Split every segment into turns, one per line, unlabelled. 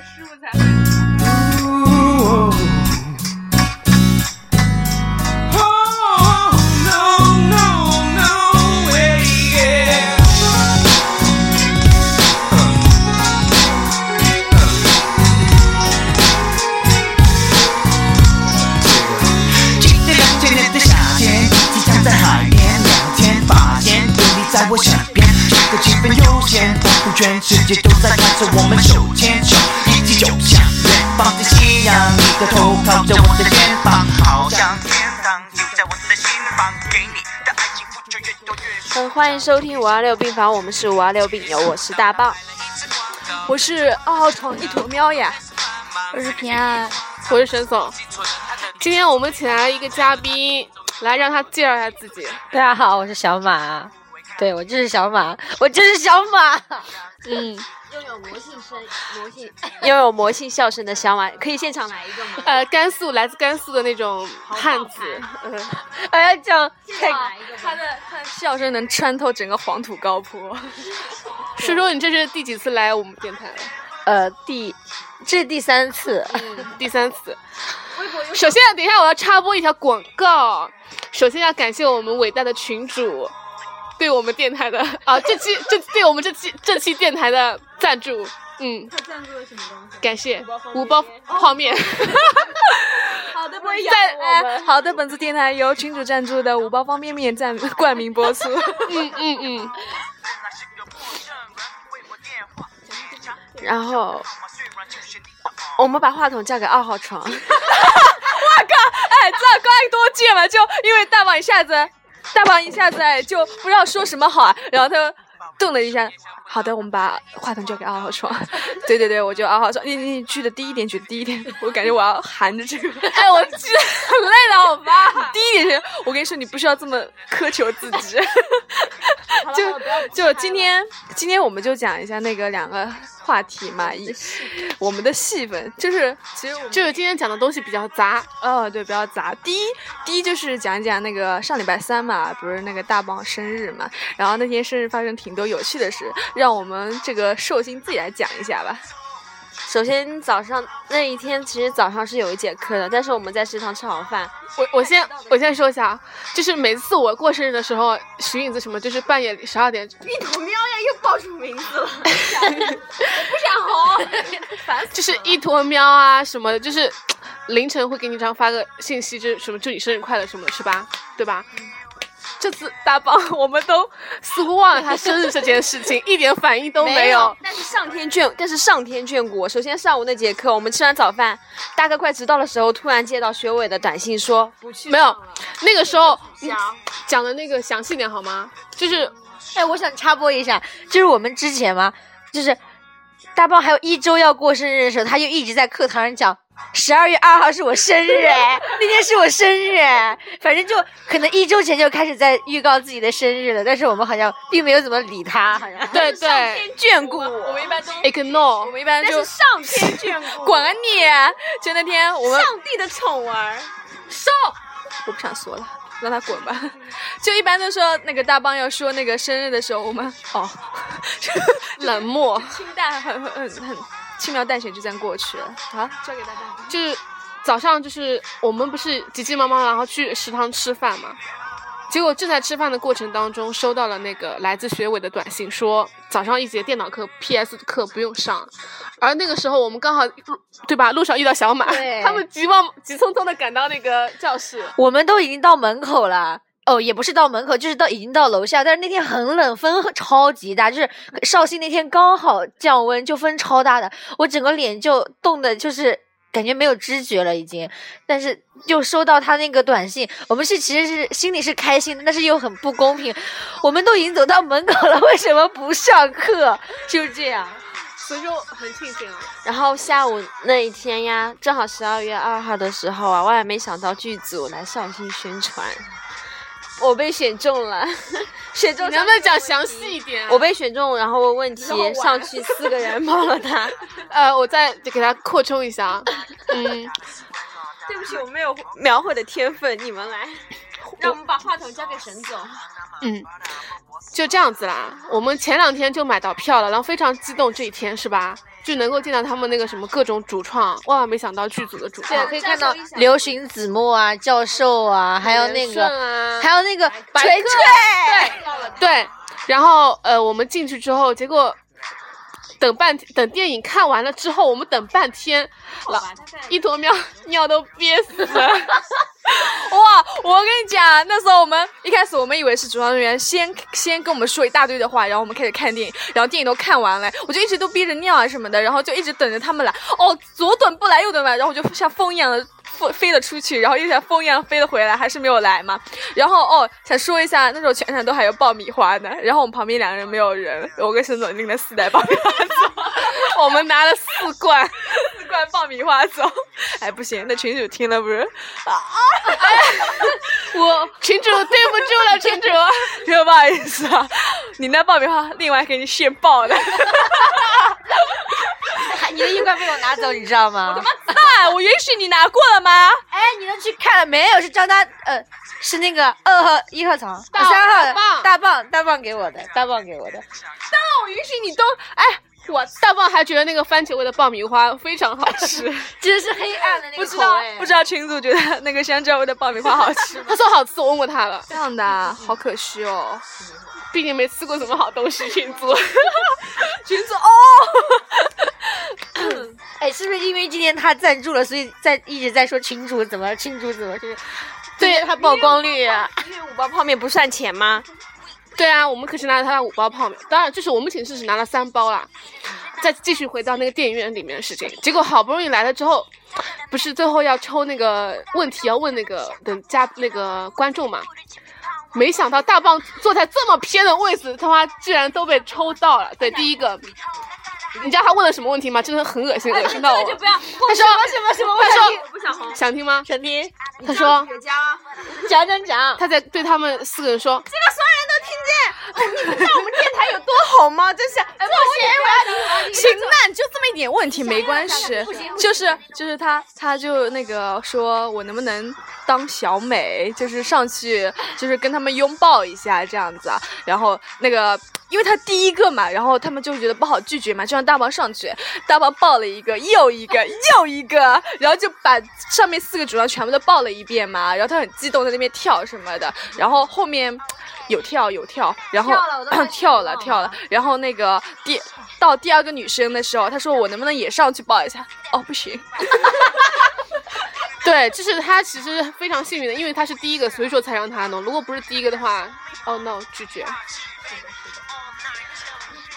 师傅才会。
Oh,
记得两千年的夏天，只想在海边聊天，发现有你在我身边，这个气氛悠闲，不顾全世界都在看着我们手牵手，一起走向远方的夕阳。你的头靠在我的肩膀，好像天堂就在我的心房，给你的爱情付出越多越
嗯，欢迎收听五二六病房，我们是五二六病友，我是大棒。
我是二号床一坨喵呀，
我是平 安，
我是沈总，今天我们请来了一个嘉宾，来让他介绍一下自己。
大家好，我是小马，对我就是小马，我就是小马。
嗯，
拥有魔性声，魔性
拥有魔性笑声的小马，可以现场来一个 吗？
呃，甘肃来自甘肃的那种汉子，
哎呀，这样
介绍来一个
他
吧。
的他的笑声能穿透整个黄土高 坡。
说说你这是第几次来我们电台了？
呃，第这是第三次，
嗯
第三次。首先，啊等一下我要插播一条广告。首先要感谢我们伟大的群主，对我们电台的啊，这期这对我们这期这期电台的赞助，嗯，
他赞助了什么东西？
感谢五
五
包
包
泡面。
好的，本 在哎，好的，本次电台由群主赞助的五包方便面赞冠名播 出。
嗯嗯嗯，
然后
哦
我们把话筒交给二号 床，
哎，这该多贱了！就因为大棒一下子，大棒一下子哎就不知道说什么好啊，然后他就顿了一下。好的，我们把话筒交给二号 床。对对对，我就二号床。你你举的低一点，举的低一点。我感觉我要含着这个。 哎，我真的很累了，好吧。低一点，我跟你说，你不需要这么苛求自己。 就就今天，今天我们就讲一下那个两个话题嘛，一我们的戏份，就是其实我们
就是今天讲的东西比较杂，呃
哦，对，比较杂。第一，第一就是讲一讲那个上礼拜三嘛，不是那个大棒生日嘛，然后那天生日发生挺多有趣的事，让我们这个寿星自己来讲一下吧。
首先早上那一天，其实早上是有一节课的，但是我们在食堂吃好饭，
我我先我先说一下啊，就是每次我过生日的时候，徐影子什么就是半夜十二点，
一头喵呀，又报出名字了，
就是一
嗯
坨喵啊什么的，就是凌晨会给你这样发个信息，就是什么祝你生日快乐什么的，是吧？对吧？
嗯
这次大棒 我们都似乎忘了他生日这件事情，一点反应都没有。。
但是上天眷，但是上天眷顾我。首先上午那节课，我们吃完早饭，大概快迟到的时候，突然接到学委的短信说，
没
啊
有，那个时候讲的那个详细点好吗？就是
哎，我想插播一下，就是我们之前嘛，就是大棒还有一周要过生日的时候，他就一直在课堂上讲。十二月二号是我生日哎，那天是我生日哎，反正就可能一周前就开始在预告自己的生日了，但是我们好像并没有怎么理他，好像
对对
眷顾我。
我们一般都，我
ignore，
们一般就
上天眷顾，
管你啊。就那天我们，
上帝的宠儿。
我不想说了。让他滚吧！ 就一般都说那个大棒要说那个生日的时候，我们哦，
冷漠，
清淡很很很很轻描淡写就这样过去了。好，交给大棒。
就是早上就是我们不是急急忙忙然后去食堂吃饭嘛，结果正在吃饭的过程当中，收到了那个来自学委的短信说，早上一节电脑课 PS 课不用上，而那个时候我们刚好路对吧路上遇到小马，
对
他们急忙急匆匆的赶到那个教室，
我们都已经到门口了。哦，也不是到门口，就是到已经到楼下，但是那天很冷，风超级大，就是呃绍兴那天刚好降温，就风超大的，我整个脸就冻的，就是感觉没有知觉了已经。但是又收到他那个短信，我们是其实是心里是开心的，但是又很不公平，我们都已经走到门口了，为什么不上课？就是这样。
所以说很庆幸啊。
然后下午那一天呀，正好十二月二号的时候啊，万万没想到剧组来绍兴宣传，我被选中了，选中
你能不能讲详细一点啊、
我被选中，然后问问题，上去四个人抱了他，
呃，我再给他扩充一下啊，嗯，
对不起，我没有，
描绘的天分，你们来。
让我们把话筒交给沈 总。
嗯就这样子啦。我们前两天就买到票了，然后非常激动这一天是吧？就能够见到他们那个什么各种主创，万万没想到剧组的主
对，
创，
可以看到刘询子墨啊、教授啊，还有那
顺
个，
啊
还有那个
白
锤
客
锤，
对，然后呃，我们进去之后，结果等半天等电影看完了之后，我们等半天，老一坨尿尿都憋死了。
哇，我跟你讲，那时候我们一开始我们以为是主创人员先先跟我们说一大堆的话，然后我们开始看电影，然后电影都看完了，我就一直都憋着尿啊什么的，然后就一直等着他们来。哦，左等不来，右等不来，然后我就像风一样的。飞飞了出去，然后又像风一样飞了回来，还是没有来嘛。然后哦，想说一下，那时候全场都还有爆米花呢。然后我们旁边两个人没有人，我跟沈总拎了四袋爆米花走，我们拿了四罐四罐爆米花走。哎，不行，那群主听了不是
我群主对不住了，群主。
真不好意思啊，你那爆米花另外给你现爆了。
你的一罐被我拿走，你知道吗？
哎，我允许你拿过了吗？
哎，你都去看了没有？是张大，呃，是那个二号、一号床、
大
三号的
大棒
大棒，大棒给我的，大棒给我的。
那我允许你都哎，
我大棒还觉得那个番茄味的爆米花非常好 吃，
这是黑暗的那
不
个
知
口
道
味，
不知道群主觉得那个香蕉味的爆米花好吃 吗？
他说好吃，我问过他了，
这样的啊，好可惜哦。
毕竟没吃过什么好东西，群主。
群主哦，
哎，是不是因为今天他赞助了，所以在一直在说群主怎么群主怎么就是，
对
他曝光率啊，
因为五包泡面不算钱吗？
对啊，我们可是拿了他的五包泡面，当然就是我们寝室只拿了三包啦。再继续回到那个电影院里面的事情，结果好不容易来了之后，不是最后要抽那个问题要问那个等嘉那个观众嘛？没想到大棒坐在这么偏的位置，他妈居然都被抽到了。对，第一个，你知道他问了什么问题吗？真的很恶心，恶心到我。
就不要。
他说什么什么？他说
我不想红。
想听吗？
陈斌
他说
雪茄，
讲讲讲，
他在对他们四个人说，
哦好吗？真是哎，不行，行那你就这么一点问题没关系，就是就是他他就那个说我能不能当小美，就是上去就是跟他们拥抱一下这样子啊，然后那个。因为他第一个嘛，然后他们就觉得不好拒绝嘛，就让大王上去，大王抱了一个又一个又一个，然后就把上面四个主要全部都抱了一遍嘛，然后他很激动在那边跳什么的，然后后面有跳有跳，然后 跳了跳了，然后那个第到第二个女生的时候，他说我能不能也上去抱一下？哦，不行，
对，就是他其实非常幸运的，因为他是第一个，所以说才让他弄。如果不是第一个的话，哦、no，拒绝。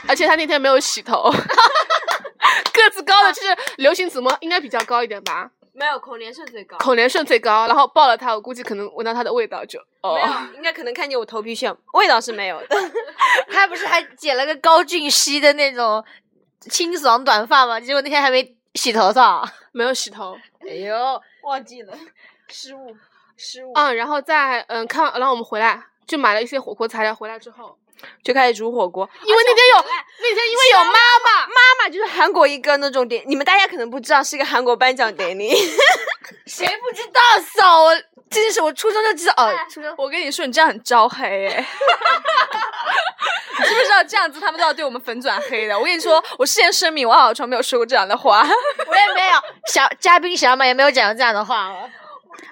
而且他那天没有洗头， 个子高的就是流行子墨，应该比较高一点吧，
没有孔连顺最高。
孔连顺最高，然后抱了他，我估计可能闻到他的味道就哦
没， 有，应该可能看见我头皮屑，味道是没有的。
他不是还剪了个高俊熙的那种清爽短发吗？结果那天还没洗头发。
没有洗头。
哎呦，
忘记了，失误，失误。
嗯，然后再嗯看完，然后我们回来就买了一些火锅材料，回来之后，
就开始煮火锅。
啊
因为那天有那天因为有妈妈，
妈妈就是韩国一个那种典，你们大家可能不知道是一个韩国颁奖典 礼。
谁不知道嫂？我这件事我初中就知道，哦，初中
哎我跟你说，你这样很招黑哎、 你知不知道这样子他们都要对我们粉转黑的？我跟你说，我事先声明，我好好床没有说过这样的话。
我也没有。小嘉宾小马也没有讲过这样的话。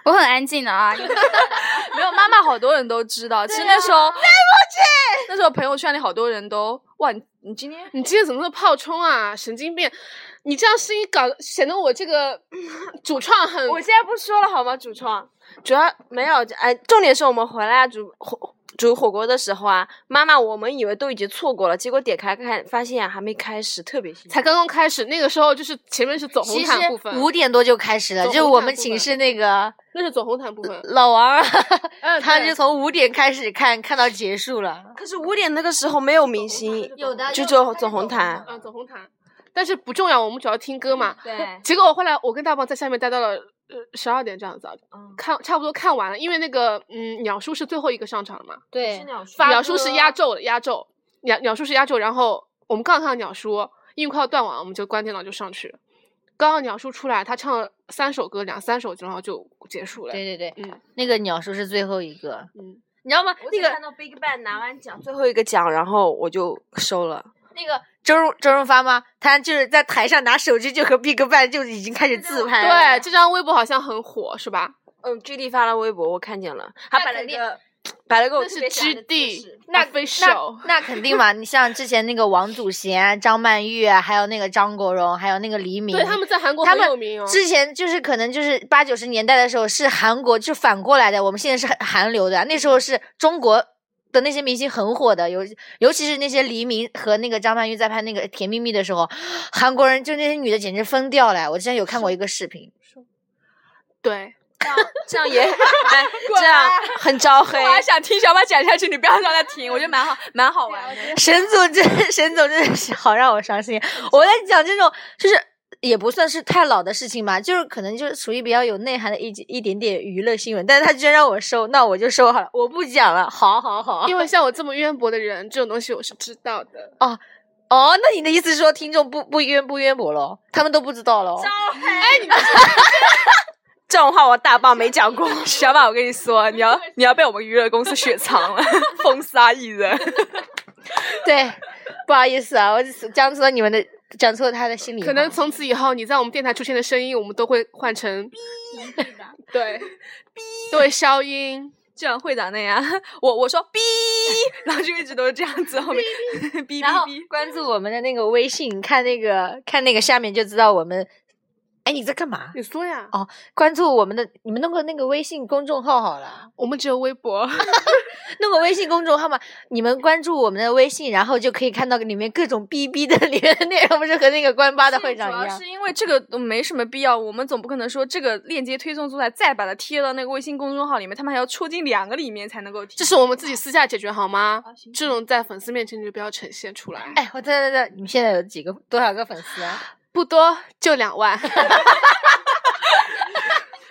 我很安静的啊，
没有，妈妈好多人都知道。其实那时 候，对不起，那时候朋友圈里好多人都哇，你你今天
你今天怎么那么泡冲啊？神经病！你这样声音搞得显得我这个主创很
我现在不说了好吗？主创，主要没有，哎，重点是我们回来煮火煮火锅的时候啊，妈妈我们以为都已经错过了，结果点开看，发现、啊、还没开始，特别新。
才刚刚开始，那个时候就是前面是走红
其实
毯部分，
五点多就开始了，
走
就是
红
我
毯
们
部
寝
分
室那个
那是走红毯部分。
老王啊，
嗯
他
对
就从五点开始看，看到结束了。
可是五点那个时候没有明星，
有的
就走走红毯。
嗯，走红毯，但是不重要，我们主要听歌嘛。
嗯对，
结果我后来我跟大棒在下面待到了呃十二点这样子啊，
嗯，
看差不多看完了，因为那个嗯鸟叔是最后一个上场的嘛，
对，
鸟叔是压轴的压轴，鸟鸟叔是压轴，然后我们刚好看到鸟叔，因为快要断网了，我们就关电脑就上去了。刚刚鸟叔出来，他唱了三首歌，两三首，然后就结束了。
对对
嗯
那个鸟叔是最后一个，
嗯，
你知道吗？那个
到 Big Bang 拿完奖，最后一个奖，然后我就收了。
那个周润周润发吗？他就是在台上拿手机就和 BigBang 就已经开始自拍了。
对，这张微博好像很火，是吧？
嗯，G D 发了微博，我看见了，他摆了
肯定
个摆了个我
那
特
是
别喜欢
G
的姿
D，
势
那飞手。
那肯定嘛！你像之前那个王祖贤、张曼玉啊，还有那个张国荣，还有那个黎明，
对，他们在韩国
他
很
们
有名哦。
之前就是可能就是八九十年代的时候是韩国就反过来的，我们现在是韩韩流的，那时候是中国的那些明星很火的，尤尤其是那些黎明和那个张曼玉在拍那个《甜蜜蜜》的时候，韩国人就那些女的简直疯掉了。我之前有看过一个视频，
对，
这样也哎，这
啊
样很招黑
我。还想听小马讲下去，你不要让他停，我觉得蛮好，蛮好玩的。
沈总真沈总真的是好让我伤心。我在讲这种就是。也不算是太老的事情吧，就是可能就是属于比较有内涵的一一点点娱乐新闻，但是他居然让我收，那我就收好了，我不讲了，好好 好。
因为像我这么渊博的人，这种东西我是知道的。
哦，那你的意思是说听众不不渊不渊博喽？他们都不知道喽？
这种话我大棒没讲 过。
小马，我跟你说，你 要你要被我们娱乐公司雪 藏了，封杀艺人。
对，不好意思啊，我讲错你们的，讲错他的心里话。
可能从此以后，你在我们电台出现的声音，我们都会换成 对，都会消音。
就像会长那样， 我我说哔， 然后就一直都是这样子，后面 哔哔
然后
哔。
关注我们的那个微信，看那个看那个下面就知道我们。哎，你在干嘛？
你说呀，
关注我们的，你们弄个那个微信公众号好了，
我们只有微博，
弄个微信公众号嘛。你们关注我们的微信，然后就可以看到里面各种逼逼的里面的内容，不是和那个关八的会长
主
一
要
样
是。因为这个都没什么必要，我们总不可能说这个链接推送出来，再把它贴到那个微信公众号里面，他们还要抽进两个里面才能够贴。
这是我们自己私下解决好吗？
啊
这种在粉丝面前就不要呈现出来。
哎，我在在在，你们现在有几个多少个粉丝啊？
不多，就 两万。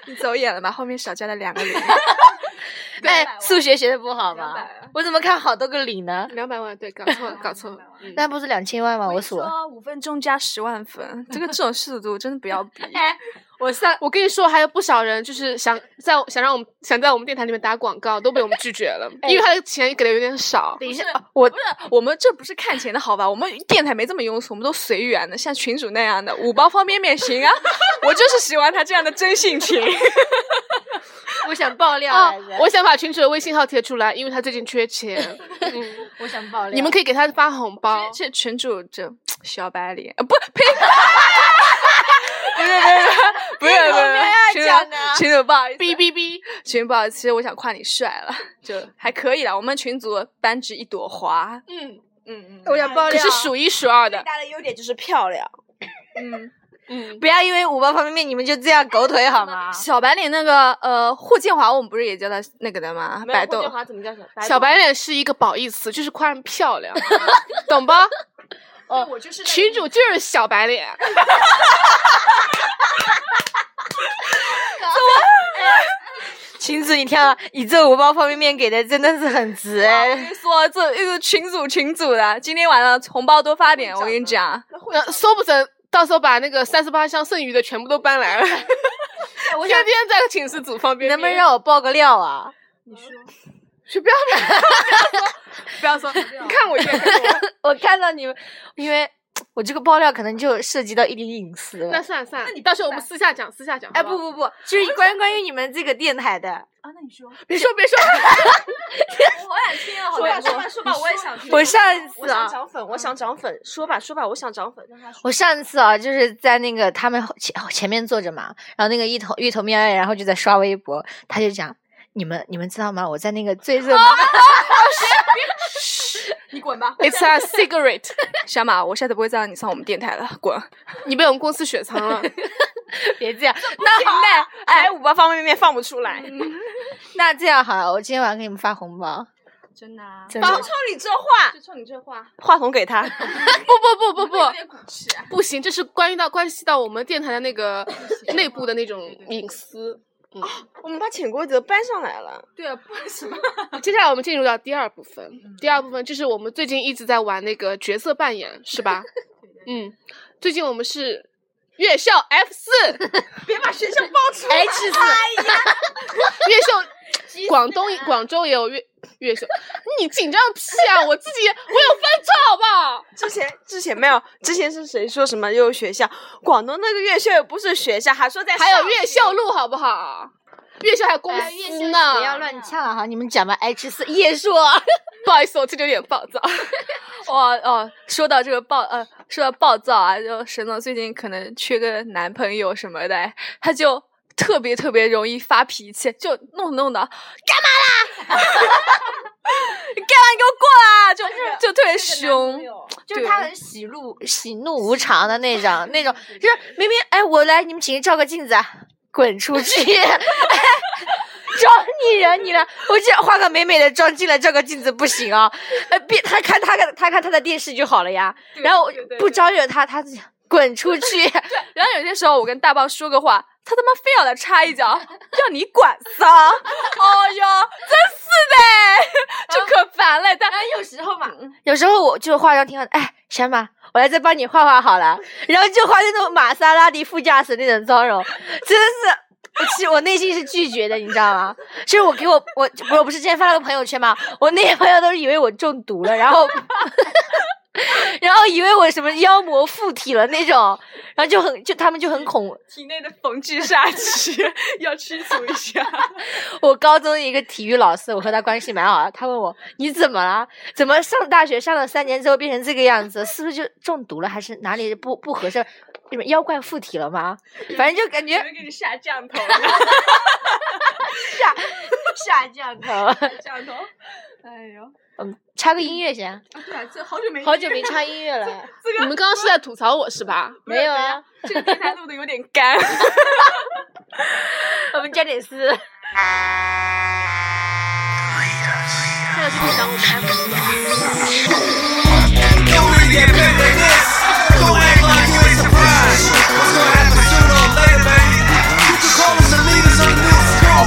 你走眼了吧？后面少加了两个零。
哎，数学学的不好
两
吗
百万？
我怎么看好多个零呢？
两百万，对，搞错了，搞错了。嗯
那不是两千万吗？我数了，
说五分钟加十万分，这个这种速度真的不要比。
我上，我跟你说，还有不少人就是想在想让我们想在我们电台里面打广告，都被我们拒绝了，
哎
因为他的钱给的有点少。
等一下，
我不是我们这不是看钱的好吧？我们电台没这么庸俗，我们都随缘的，像群主那样的五包方便面行啊。 我就是喜欢他这样的真性情。
我想爆料
啊
来着，
我想把群主的微信号贴出来，因为他最近缺钱。嗯，
我想爆料。
你们可以给他发红包。
这群主这小白脸啊，不呸！不是不是不是不是不是，群主群主不好意思，
哔哔哔！
群主不好意思，其实我想夸你帅了，就还可以了。我们群主扳指一朵花，
嗯，
嗯嗯
我想爆
可
料，
是数一数二的。
大的优点就是漂亮，
嗯。
嗯，
不要因为五包方便面你们就这样狗腿好
啊
吗？
小白脸那个呃霍建华，我们不是也叫他那个的吗？
没有
百
霍
度
建华怎么叫小白
小白脸是一个褒义词，就是夸人漂 亮，懂吧？
哦，我就是
群主哎就是小白脸。
晴子，你看啊，你这五包方便面给的真的是很值
我
哎。
跟你说，这一个群主群主的，今天晚上红包多发点，我跟你讲，
那说不准到时候把那个三十八箱剩余的全部都搬来了，
我想
天天在寝室煮方便面。
能不能让我爆个料啊？
不要说？你看我一眼，看我
我看到你们，因为我这个爆料可能就涉及到一点隐私
那
了。
算了算了，到时候我们私下讲，私下讲。
哎，
好
不
好，
不不，就是关关于你们这个电台的，
别说 别说，
说吧说吧说吧，我也想听
我上一
我
次啊
想，涨粉，我想涨粉，说吧说吧，我想涨粉，让他说。
我上次啊，就是在那个他们后前前面坐着嘛，然后那个一头一头喵，然后就在刷微博，他就讲你们你们知道吗？我在那个最热门，
你滚吧，
It's a cigarette，
小马，我下次不会再让你上我们电台了，滚。
你被我们公司雪藏 了。
别这样。
那 好，哎，五包方便面放不出来。
嗯
那这样好了，我今天晚上给你们发红包，
真的、啊
真
我
的
冲你这话，
啊
就冲你这话，
话筒给他。
不不不不
有
不，
点骨气、啊
不行，这是关于到关系到我们电台的那个内部的那种隐私。
我们把潜规则搬上来了。
对啊，不什么？
接下来我们进入到第二部分，第二部分就是我们最近一直在玩那个角色扮演，是吧？嗯，最近我们是月校 F 四，
别把学校爆出来。
H 四
月校广东广州也有月越秀，你紧张个屁啊！我自己我有翻车，好不 好？
之前之前没有，之前是谁说什么又有学校？广东那个越秀又不是学校，还说在
还有
上
越秀路，好不好？越秀还有公
哎越秀
司
是
呢。
不要
乱呛哈！你们讲吧，H 哎四叶硕，
不好意思，我这里有点暴躁。
哇哦，说到这个暴呃，说到暴躁啊，就沈总最近可能缺个男朋友什么的，他就特别特别容易发脾气，就弄弄的，干嘛 啦？你干嘛？你给我过来！啊就就特别凶，
就是他很喜怒喜怒无常的那种，那种就是明明哎，我来你们寝室照个镜子，啊，滚出 去！哎找你人你了，我这画个美美的妆进来照个镜子不行啊！哎，别他看他看他看他的电视就好了呀。然后我不招惹他，他自己滚出去。
然后有些时候我跟大棒说个话，他他妈非要来插一脚，要你管撒！哦
哎
哟，真是的，就可烦了。但嗯有时候嘛，
嗯有时候我就化妆挺好的，哎，小马，我来再帮你画画好 了，然后就画那种玛莎拉蒂副驾驶那种妆容，真的是。我其实我内心是拒绝的，你知道吗？就是我给我我我不是之前发了个朋友圈吗？我那些朋友都是以为我中毒了，然后 然后以为我什么妖魔附体了那种，然后就很就他们就很恐。
体内的缝制煞气要驱除一下。
我高中一个体育老师，我和他关系蛮好的，他问我你怎么了？怎么上大学上了三年之后变成这个样子？是不是就中毒了，还是哪里不不合适？什么妖怪附体了吗？反正就感 觉
给你下降头，
下下降头。
降头。哎呦，
嗯，插个音乐先，
对啊，这好久没
好久没啊插音乐 了，
你们刚刚是在吐槽我是吧？
没有啊？
这个电台 录的有点干。
我们加点丝。
现在是可以当我们 M 了。
Don't read that paper, this. Don't act like you ain't surprised. What's gonna happen sooner or later, baby? You can call us the leaders on this. Girl.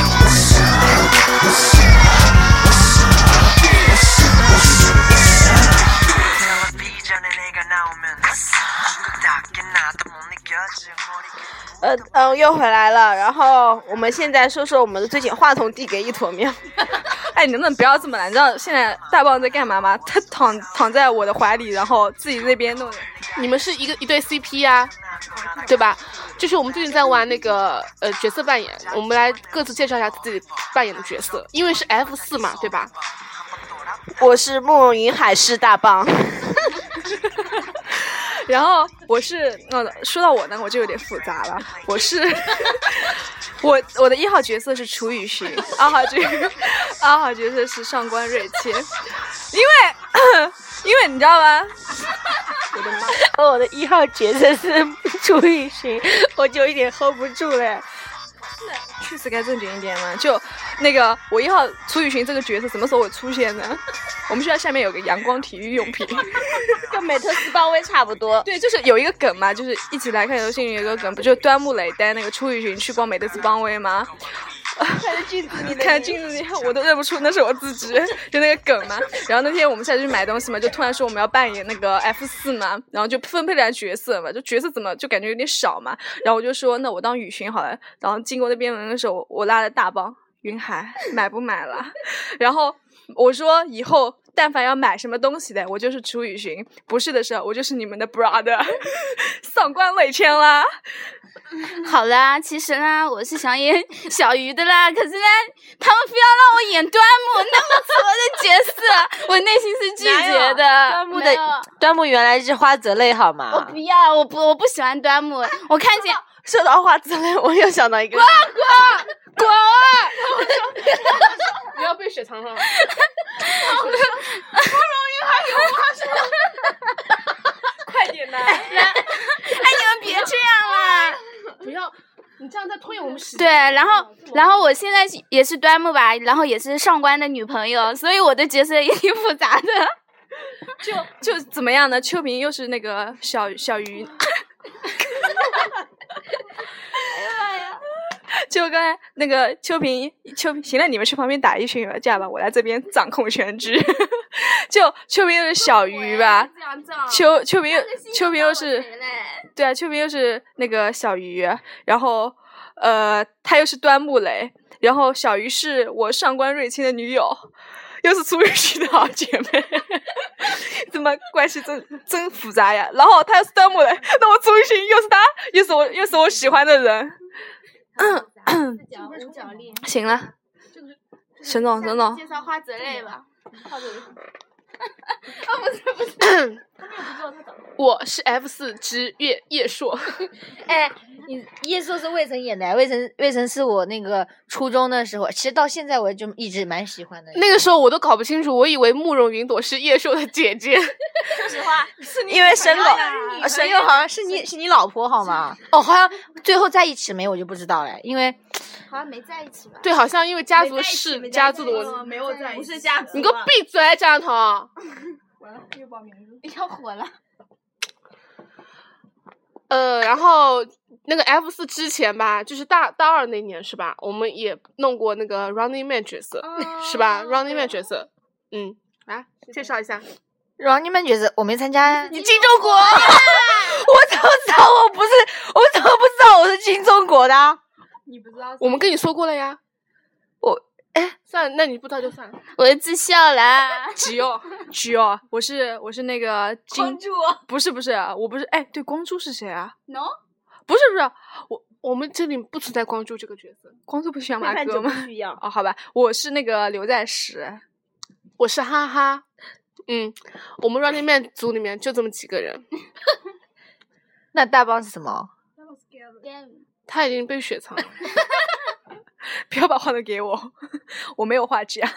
What's
呃嗯，又回来了。然后我们现在说说我们的最近，话筒递给一坨面，
哎，你能不能不要这么了？你知道现在
啊
大棒在干嘛吗？他躺躺在我的怀里，然后自己那边弄。
你们是一个一对 CP 啊，对吧？就是我们最近在玩那个呃角色扮演，我们来各自介绍一下自己扮演的角色，因为是 F 四嘛，对吧？
我是慕云海市大棒。
然后我是，嗯，说到我呢，我就有点复杂了。我是， 我我的一号角色是楚雨荨，二号角 二号角色是上官瑞谦，因为因为你知道吗？
哦我的一号角色是 朱雨荨，我就有一点 hold 不住了。
确实该正经一点嘛。就那个我一号楚雨荨这个角色什么时候会出现呢？ 我们学校下面有个阳光体育用品，
跟美特斯邦威差不多。
对，就是有一个梗嘛，就是一起来看游戏里有一个梗，不就端木磊带那个楚雨荨去逛美特斯邦威吗？ 看镜子里，我都认不出那是我自己，就那个梗嘛。然后那天我们下去买东西嘛，就突然说我们要扮演那个 F 四嘛，然后就分配了角色嘛，就角色怎么就感觉有点少嘛。然后我就说那我当雨荨好了。然后经过那边门的时候，我我拉了大包，云海买不买啦？然后我说以后。但凡要买什么东西的，我就是楚雨荨；不是的时候，我就是你们的 brother，上官伟谦啦。
好啦，其实啦，我是想 演小鱼的啦，可是呢，他们非要让我演端木那么挫的角色，我内心是拒绝的。端
木的啊端木原来是花泽类好吗？
我不要，我不，我不喜欢端木。
啊
我看见
说到花泽类，我又想到一个，
滚！我说不要被雪藏了。
哎，你们别这样啦。
不要，你这样在拖延我们时
对，然后，然后我现在是也是端木吧，然后也是上官的女朋友，所以我的角色也挺复杂的。
就就怎么样呢？秋萍又是那个小小鱼。 就刚才那个秋萍，秋萍行了，你们去旁边打一群吧，这样吧，我来这边掌控全局。 就秋萍又是小鱼吧，秋秋
啊
萍又秋萍又是对啊，秋萍又是那个小鱼，然后
呃，他又是端木磊，然后小鱼是我上官瑞卿的女友，又是苏玉琪的好姐妹， 怎么关系真真复杂呀？然后他又是端木磊，那我苏玉琪又是他，又是我又是我喜欢的人。行了，沈总，沈总，
介绍花泽类吧。
我是 F 四之叶叶硕，
哎，你叶硕是未曾演的，未曾未曾是我那个初中的时候，其实到现在我就一直蛮喜欢的。
那个时候我都搞不清楚，我以为慕容云朵是叶硕的姐姐。
因为沈总，
啊，沈佑好像是你是你老婆好吗？哦，好像最后在一起没我就不知道了，因为
好像没在一起吧？
对，好像因为家族是家族的问题。
嗯没有在一起，不是家族
你给我闭嘴，啊张晓 彤！
要火了。
呃，然后那个 F 四之前吧，就是大大二那年是吧？我们也弄过那个 Running Man 角色，
哦
是吧？Running
啊
Man 角色，嗯，来介绍一下。
然后你们觉得我没参加，
你金钟国，
我怎么知道我不是？我怎么不知道我是金钟国的啊？
我们跟你说过了呀。
我
哎，算，那你不知道就算了。
我要自笑啦！
吉奥，吉奥，哦我是我是那个金珠，不是不是，我不是，哎，对，光珠是谁啊？
，no，
不是不是，我
我们这里不存在光洙这个角色。
光珠不是小马哥吗？哦，好吧，我是那个刘在石，
我是哈哈，嗯，我们 Running Man 组里面就这么几个人，
那大棒是什么？
他已经被雪藏了。
不要把话筒给我，我没有话剧啊。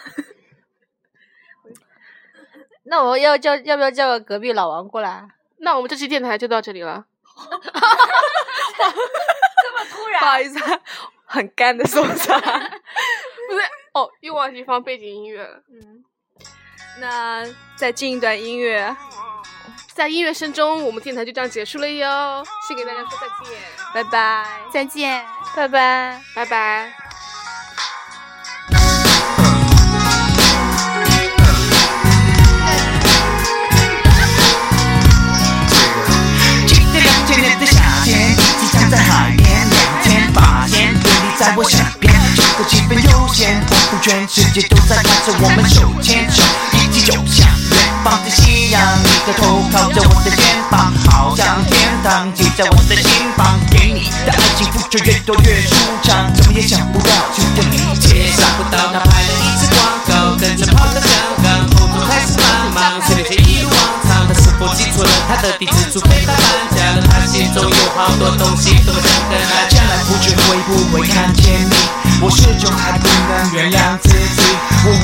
那我要叫要不要叫隔壁老王过来？
那我们这期电台就到这里了。
不好意思、啊，很干的说 唱。
哦，又忘记放背景音乐了。嗯
那再进一段音乐，
在音乐声中，我们电台就这样结束了哟。先给大家说再见，
拜拜。
再见。
拜拜。
拜拜。
记得两千年的夏天，你站在海边聊天，发现有你在我身边，这个气氛悠闲，我不倦，世界都在看着我们手牵手，一起走向远方的夕阳。你的头靠着我的肩膀，好像天堂就在我的心房，给你的爱情付出越多越舒畅，怎么也想不到就在你肩上。
不到他拍了一次广告，跟着跑到香港，工作开始繁忙，随着一如往常，但是我记错了他的地址，除非他搬家了，他心中有好多东西都想跟他
将
讲。
来不知会不会看见你，我始终还不能原谅自己。我。